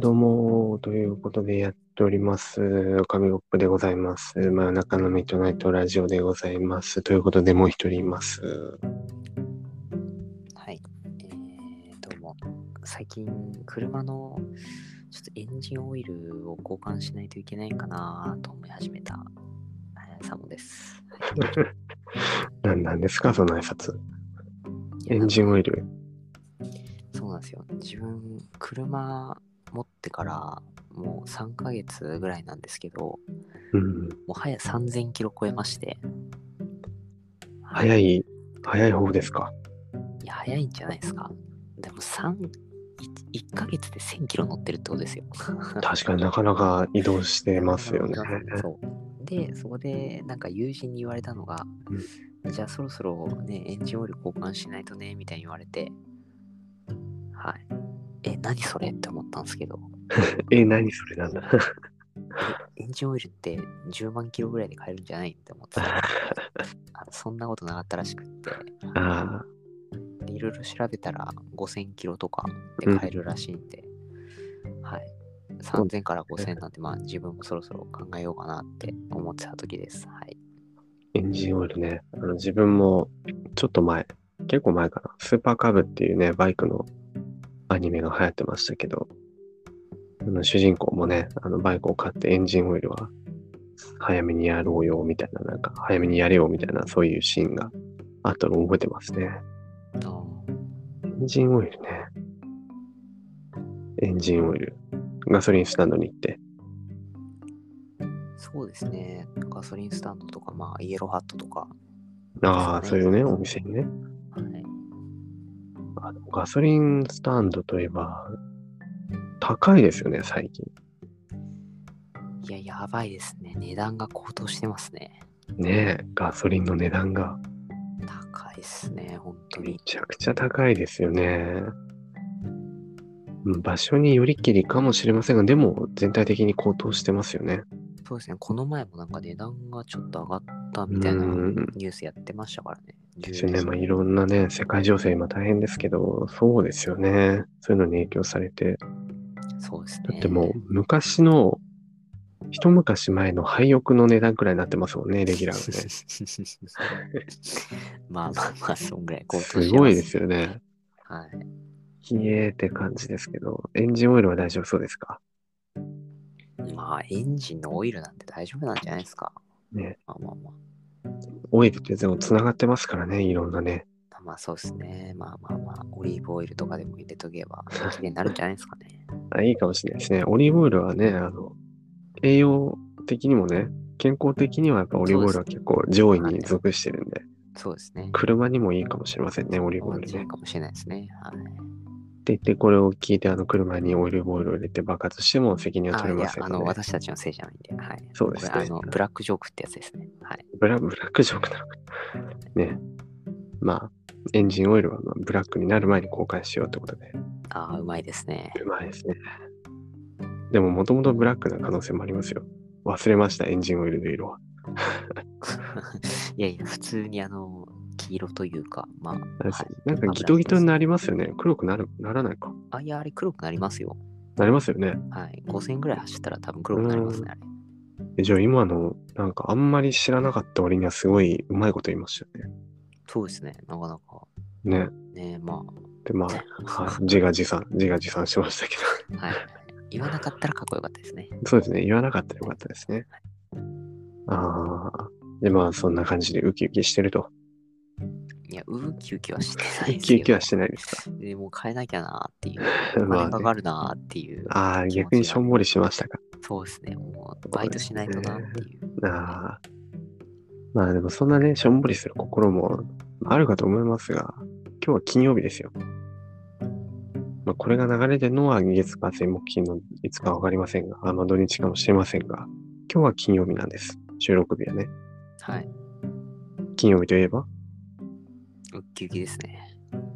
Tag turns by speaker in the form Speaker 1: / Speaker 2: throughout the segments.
Speaker 1: ども、ということでやっております。神コップでございます。真夜中のミッドナイトラジオでございます。ということで、もう一人います。
Speaker 2: はい、えー、どうも。最近、車のちょっとエンジンオイルを交換しないといけないかなと思い始めた、えーサモです。
Speaker 1: 何なんですか、その挨拶。
Speaker 2: いや
Speaker 1: エンジンオイル。
Speaker 2: そうなんですよ。自分、車持ってからもう3ヶ月ぐらいなんですけど、
Speaker 1: うん。
Speaker 2: もはや3000キロ超えまして。はい
Speaker 1: 早い、早い方ですか。
Speaker 2: いや、早いんじゃないですか。でも3、1ヶ月で1000キロ乗ってるってことですよ。
Speaker 1: 確かになかなか移動してますよね。
Speaker 2: そうで、そこで、なんか友人に言われたのが、じゃあそろそろね、エンジンオイル交換しないとね、みたいに言われて、はい。え、何それって思ったんですけど、
Speaker 1: え、何それなんだ。
Speaker 2: エンジンオイルって10万キロぐらいで買えるんじゃないって思っ てたあそんなことなかったらしくって、
Speaker 1: あ
Speaker 2: でいろいろ調べたら5000キロとかで買えるらしいんで、はい。3000から5000なんて、まあ自分もそろそろ考えようかなって思ってた時です。はい。
Speaker 1: エンジンオイルね。あの自分もちょっと前、結構前かな。スーパーカブっていうね、バイクのアニメが流行ってましたけど、あの主人公もね、あのバイクを買ってエンジンオイルは早めにやろうよみたいな、なんか早めにやれよみたいな、そういうシーンがあったのを覚えてますね。
Speaker 2: あー
Speaker 1: エンジンオイルね。エンジンオイル。ガソリンスタンドに行って。
Speaker 2: そうですね。ガソリンスタンドとか、まあ、イエローハットとか。
Speaker 1: ああ、
Speaker 2: そ
Speaker 1: そうう
Speaker 2: ね
Speaker 1: いうね、お店にね。
Speaker 2: はい。
Speaker 1: あでもガソリンスタンドといえば、高いですよね、最近。
Speaker 2: いや、やばいですね。値段が高騰してますね。
Speaker 1: ねえ、ガソリンの値段が
Speaker 2: 高いっすね、本当
Speaker 1: め
Speaker 2: に。
Speaker 1: ちゃくちゃ高いですよね。うん場所によりきりかもしれませんが、でも全体的に高騰してますよね。
Speaker 2: そうですね。この前もなんか値段がちょっと上がったみたいな
Speaker 1: うん
Speaker 2: ニュースやってましたからね。
Speaker 1: ですよね。
Speaker 2: 10
Speaker 1: まあ、いろんなね、世界情勢今大変ですけど、そうですよね。そういうのに影響されて。
Speaker 2: そうですね。
Speaker 1: だってもう昔の、一昔前の廃屋の値段くらいになってますもんね、レギュラー がね。
Speaker 2: まあまあまあ、そんぐらい高騰してます
Speaker 1: ごいですよね。
Speaker 2: はい。
Speaker 1: ひえーって感じですけど、エンジンオイルは大丈夫そうですか
Speaker 2: まあ、エンジンのオイルなんて大丈夫なんじゃないですか。
Speaker 1: ね
Speaker 2: まあまあま
Speaker 1: オイルって全部つながってますからね、いろんなね。
Speaker 2: あ。まあそうですね。まあまあまあ、オリーブオイルとかでも入れとけば、綺麗になるんじゃないですかね。
Speaker 1: あいいかもしれないですね。オリーブオイルはね、あの、栄養的にもね、健康的にはやっぱオリーブオイルは結構上位に属してるんで、
Speaker 2: そうですね。
Speaker 1: 車にもいいかもしれませんね、オリーブオイル
Speaker 2: 間
Speaker 1: ね。
Speaker 2: 違
Speaker 1: っ
Speaker 2: い
Speaker 1: て
Speaker 2: かもしれないですね。はい。
Speaker 1: 言って、これを聞いて、あの、車にオリーブオイルを入れて爆発しても責任は
Speaker 2: あ
Speaker 1: 取れ
Speaker 2: い
Speaker 1: ま
Speaker 2: や
Speaker 1: せん
Speaker 2: あ
Speaker 1: の
Speaker 2: の、
Speaker 1: で、
Speaker 2: 私たちのせいじゃないんで。はい。
Speaker 1: そうですね
Speaker 2: これあの、ブラックジョークってやつですね。はい。
Speaker 1: ブラ。ブラックジョークなのか。ね。まあ、エンジンオイルはまあブラックになる前に交換しようってことで、
Speaker 2: ああ、うまいですね。
Speaker 1: うまいですね。でも、もともとブラックな可能性もありますよ。忘れました、エンジンオイルの色は。
Speaker 2: いやいや、普通にあの、黄色というか、まあ、はい、
Speaker 1: なんかギトギトになりますよね。黒くなるならないか。
Speaker 2: あ、いや、あれ黒くなりますよ。
Speaker 1: なりますよね。
Speaker 2: はい。5000ぐらい走ったら多分黒くなりますね、あれ。
Speaker 1: えじゃあ今の、なんかあんまり知らなかった割にはすごいうまいこと言いましたよ
Speaker 2: そうですね、なかなか。
Speaker 1: ね。ね。
Speaker 2: ねま
Speaker 1: で、まあ、はい 自画自賛、自画自賛しましたけど。
Speaker 2: あ、はい。言わなかったらかっこよかったですね。
Speaker 1: そうですね。言わなかったらよかったですね。ああ。で、まあ、そんな感じでウキウキしてると。
Speaker 2: いや、ウキウキはしてない
Speaker 1: ウ
Speaker 2: です
Speaker 1: キ
Speaker 2: けど。
Speaker 1: ウキはしてないですか。
Speaker 2: でもう変えなきゃなーっていう。お
Speaker 1: ま
Speaker 2: 金
Speaker 1: あ、
Speaker 2: か
Speaker 1: ね、
Speaker 2: かるなーっていう。
Speaker 1: ああ、逆にしょんぼりしましたか。
Speaker 2: そうですね。もうバイトしないとなっていう。
Speaker 1: ああ。まあでもそんなね、しょんぼりする心もあるかと思いますが、今日は金曜日ですよ。まあ、これが流れてるのは月火水木金のいつかわかりませんが、あまあ土日かもしれませんが、今日は金曜日なんです。収録日はね。
Speaker 2: はい。
Speaker 1: 金曜日といえば
Speaker 2: ウッキウキですね。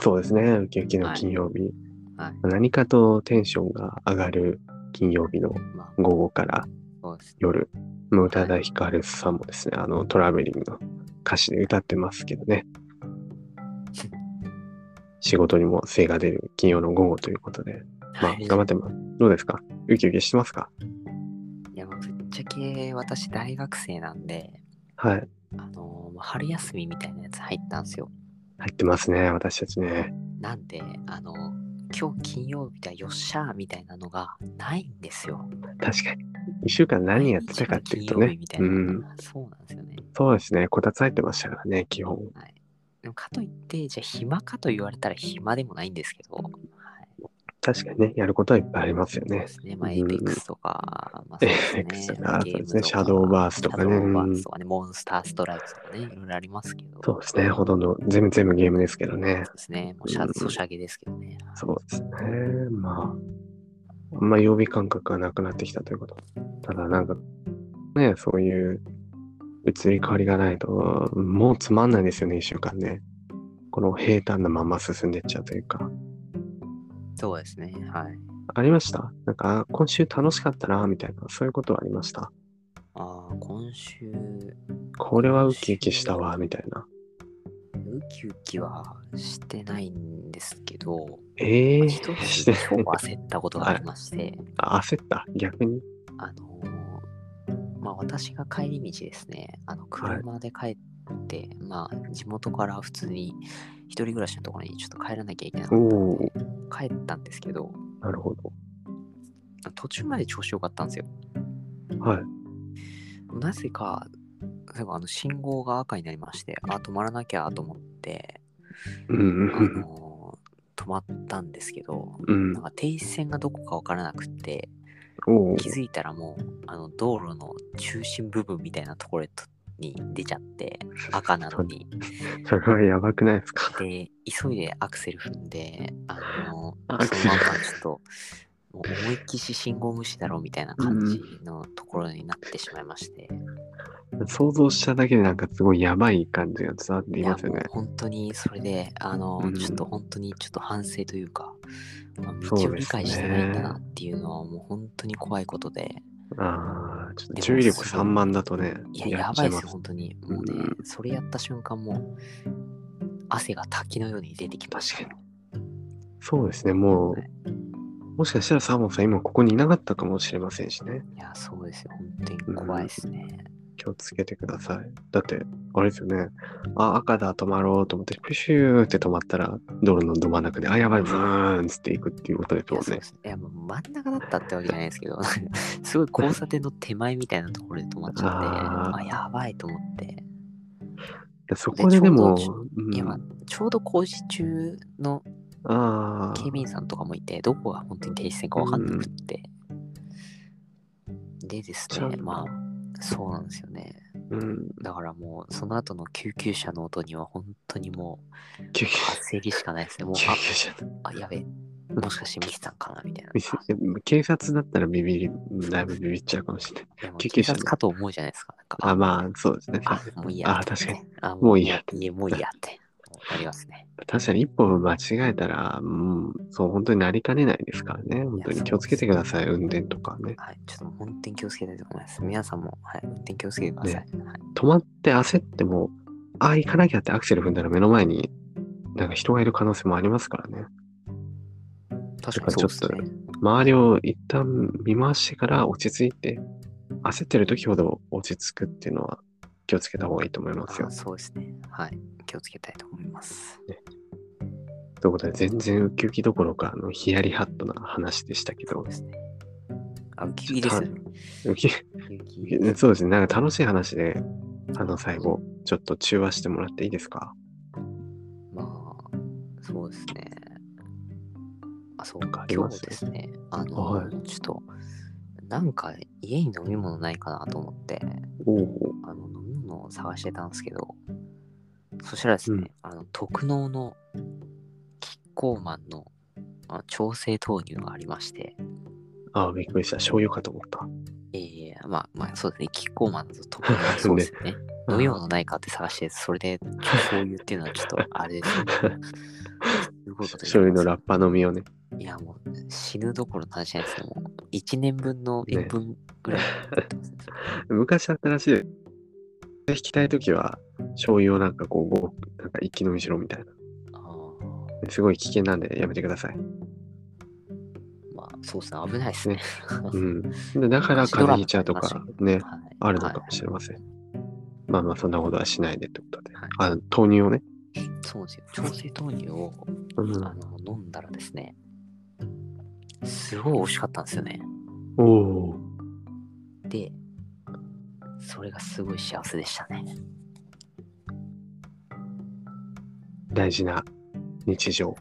Speaker 1: そうですね、ウキウキの金曜日。
Speaker 2: はい。
Speaker 1: 何かとテンションが上がる金曜日の
Speaker 2: まあ、
Speaker 1: 午後から
Speaker 2: そうですね。
Speaker 1: 夜、もう宇多田ヒカルさんもですね、あのトラベリングの歌詞で歌ってますけどね。仕事にも精が出る金曜の午後ということで、まあ、
Speaker 2: はい
Speaker 1: 頑張ってます。どうですかウキウキしてますか
Speaker 2: いや、まあぶっちゃけ私大学生なんで、
Speaker 1: はい。
Speaker 2: あのーまあ春休みみたいなやつ入ったんですよ。
Speaker 1: 入ってますね、私たちね。
Speaker 2: なんで、あの今日金曜日だよっしゃーみたいなのがないんですよ。
Speaker 1: 確かに。一週間何やってたかっていうと
Speaker 2: 毎日が金曜日
Speaker 1: ね
Speaker 2: み。たいうな、
Speaker 1: ん。
Speaker 2: そうなんですよね。
Speaker 1: そうですね。こたつ入ってましたからね、基本。
Speaker 2: でもかといって、じゃあ暇かと言われたら暇でもないんですけど、はい、
Speaker 1: 確かにね、やることはいっぱいありますよ
Speaker 2: そう
Speaker 1: ね
Speaker 2: で。すね。まあ、
Speaker 1: うん
Speaker 2: エイペックスとか、まあ、そうですね
Speaker 1: Apex とか
Speaker 2: ゲー
Speaker 1: そ
Speaker 2: ム
Speaker 1: うですねシャドーバースとかね
Speaker 2: シャドーバースとかね、モンスターストライクとかね、いろいろありますけど、
Speaker 1: そうですね。ほとんど全部全部ゲームですけどね
Speaker 2: そ。うですね。もうシャ
Speaker 1: うん
Speaker 2: ソシャゲですけどね。
Speaker 1: そうですね。まあ、あんま曜日感覚がなくなってきたということ。ただなんか、ね、そういう移り変わりがないと、もうつまんないですよね、一週間ね。この平坦なまま進んでっちゃうというか。
Speaker 2: そうですね。はい。
Speaker 1: ありましたなんか、あ今週楽しかったな、みたいな、そういうことはありました。
Speaker 2: ああ、今週、
Speaker 1: これはウキウキしたわ、みたいな。
Speaker 2: ウキウキはしてないんですけど、
Speaker 1: ええ
Speaker 2: 一つ
Speaker 1: ー、し
Speaker 2: 今
Speaker 1: て
Speaker 2: 日焦ったことがありまして、
Speaker 1: あ焦った、逆に。
Speaker 2: あのーまあ私が帰り道ですね、あの車で帰って、まあ地元から普通に一人暮らしのところにちょっと帰らなきゃいけなか
Speaker 1: お
Speaker 2: っ
Speaker 1: おー、
Speaker 2: た。帰ったんですけど、
Speaker 1: なるほど。
Speaker 2: 途中まで調子良かったんですよ。
Speaker 1: はい。
Speaker 2: なぜか、そういえばあの信号が赤になりまして、あ、止まらなきゃと思って、
Speaker 1: うん
Speaker 2: あ
Speaker 1: うん
Speaker 2: のー止まったんですけど、
Speaker 1: うん。う
Speaker 2: な
Speaker 1: ん。
Speaker 2: んか停止線がどこかわからなくって、
Speaker 1: おお、
Speaker 2: 気づいたらもうあの道路の中心部分みたいなところに出ちゃって赤なのに
Speaker 1: それはやばくないですか
Speaker 2: で急いでアクセル踏んであの
Speaker 1: ア
Speaker 2: そ
Speaker 1: ク
Speaker 2: の
Speaker 1: セ
Speaker 2: ま
Speaker 1: ル
Speaker 2: んまちょっともう思いっきし信号無視だろうみたいな感じのところになってしまいまして、
Speaker 1: 想像しただけでなんかすごいやばい感じが伝わってい
Speaker 2: いや
Speaker 1: ますよ
Speaker 2: もう
Speaker 1: ね。
Speaker 2: 本当にそれであの、
Speaker 1: うん
Speaker 2: ちょっと本当にちょっと反省というか、まあ
Speaker 1: そうですね
Speaker 2: 道を理解してないんだなっていうのはもう本当に怖いことで。
Speaker 1: ああ、ちょっと
Speaker 2: でも
Speaker 1: 注意力散漫だとね、
Speaker 2: いや、や
Speaker 1: っち
Speaker 2: ば
Speaker 1: ゃ
Speaker 2: いです
Speaker 1: ま
Speaker 2: よ、本当に。もうね、
Speaker 1: う
Speaker 2: それやった瞬間、もう、汗が滝のように出てきましたよ。
Speaker 1: そうですね、も、
Speaker 2: はいう
Speaker 1: もしかしたらサーモンさん今ここにいなかったかもしれませんしね。
Speaker 2: いや、そうですよ、本当に怖いですね。
Speaker 1: 気をつけてください。だって、あれですよね。あ、赤だ、止まろうと思って、プシューって止まったら、道路のど真ん中で、あ、やばい、ブーンっつっていくっていうことです
Speaker 2: い
Speaker 1: も
Speaker 2: や、
Speaker 1: ん
Speaker 2: そう
Speaker 1: ね
Speaker 2: で。すいやもう真ん中だったってわけじゃないですけど、 すごい交差点の手前みたいなところで止まっちゃって、
Speaker 1: あ
Speaker 2: あ
Speaker 1: ー
Speaker 2: やばいと思って、
Speaker 1: でそこででも、
Speaker 2: ちょ
Speaker 1: うん
Speaker 2: 今、ちょうど工事中の
Speaker 1: あ
Speaker 2: 警
Speaker 1: あ、
Speaker 2: 備員さんとかもいて、どこが本当に停止線かわかんなくって。でです
Speaker 1: ちゃん
Speaker 2: ね、
Speaker 1: と
Speaker 2: まあ、そうなんですよね。
Speaker 1: うん、
Speaker 2: だからもう、その後の救急車の音には本当にもう、
Speaker 1: 救急車、
Speaker 2: 焦りしかないですね。もう
Speaker 1: 救、急車。
Speaker 2: あ、あやべえ、もしかしてミキさんかなみたいな。
Speaker 1: み 警察だったらビビり、だいぶビビっちゃうかもしれない。
Speaker 2: でも
Speaker 1: 救急車
Speaker 2: 警察かと思うじゃないですか。なんか
Speaker 1: あ、まあ、そうですね。
Speaker 2: あ、あもういいや。
Speaker 1: あ確かに。
Speaker 2: あ、
Speaker 1: もういいや。
Speaker 2: いや、もういいやって。ありますね。
Speaker 1: 確かに一歩間違えたら、うん、そう、本当になりかねないですからね。本当に気をつけてください。運転とかね。
Speaker 2: はい。ちょっともう本当に気をつけたいと思います。皆さんも、はい。運転気をつけてください。はい、
Speaker 1: 止まって焦っても、あ、行かなきゃってアクセル踏んだら目の前に、なんか人がいる可能性もありますからね。
Speaker 2: 確かにそうですね。
Speaker 1: 周りを一旦見回してから落ち着いて、焦ってる時ほど落ち着くっていうのは気をつけた方がいいと思いますよ
Speaker 2: あ。そうですね。はい。気をつけたいと思います。
Speaker 1: ということで、全然ウキウキどころか、あの、ヒヤリハットな話でしたけ
Speaker 2: そう
Speaker 1: ど、
Speaker 2: ですね。あ、ウキウキですね。
Speaker 1: ウキ
Speaker 2: ウキウキ
Speaker 1: えそうですね。なんか楽しい話で、あの、最後、ちょっと中和してもらっていいですか
Speaker 2: まあ、そうですね。あ、そう
Speaker 1: なんかあり
Speaker 2: 今
Speaker 1: ま
Speaker 2: 日
Speaker 1: す
Speaker 2: ですね、あの、
Speaker 1: はい
Speaker 2: ちょっと、なんか家に飲み物ないかなと思って、
Speaker 1: おお。
Speaker 2: あの飲み物を探してたんですけど、そしたらです
Speaker 1: うん
Speaker 2: ね、あの特納のキッコーマンのあ調整豆乳がありまして、
Speaker 1: ああ、びっくりした。醤油かと思った。
Speaker 2: ええまあまあそうですね、キッコーマンと特納そ うですよね。飲み
Speaker 1: あ
Speaker 2: 物ないかって探して、それで醤油っていうのはちょっとあれです ね。すご
Speaker 1: あ
Speaker 2: いことになります
Speaker 1: 醤油のラッパ飲みをね。
Speaker 2: いや、もう死ぬどころの話じゃないですね。もう1年分の塩分 ぐらいになってますね、
Speaker 1: 昔あったらしい。引きたいときは、醤油をなんかこうご、なんか一気飲みしろみたいな。
Speaker 2: あー
Speaker 1: すごい危険なんでやめてください。
Speaker 2: そうですね、危ない ですね。
Speaker 1: うん。でだから風邪ひいちゃうとかね、
Speaker 2: はい
Speaker 1: あるのか
Speaker 2: は
Speaker 1: もしれません。まあまあ、そんなことはしないでってことで。
Speaker 2: はい
Speaker 1: あ豆乳をね。
Speaker 2: いそうですよ。調整豆乳を
Speaker 1: うん
Speaker 2: あの飲んだらですね、すごい美味しかったんですよね。
Speaker 1: おおー。
Speaker 2: で、それがすごい幸せでしたね。
Speaker 1: 大事な日常。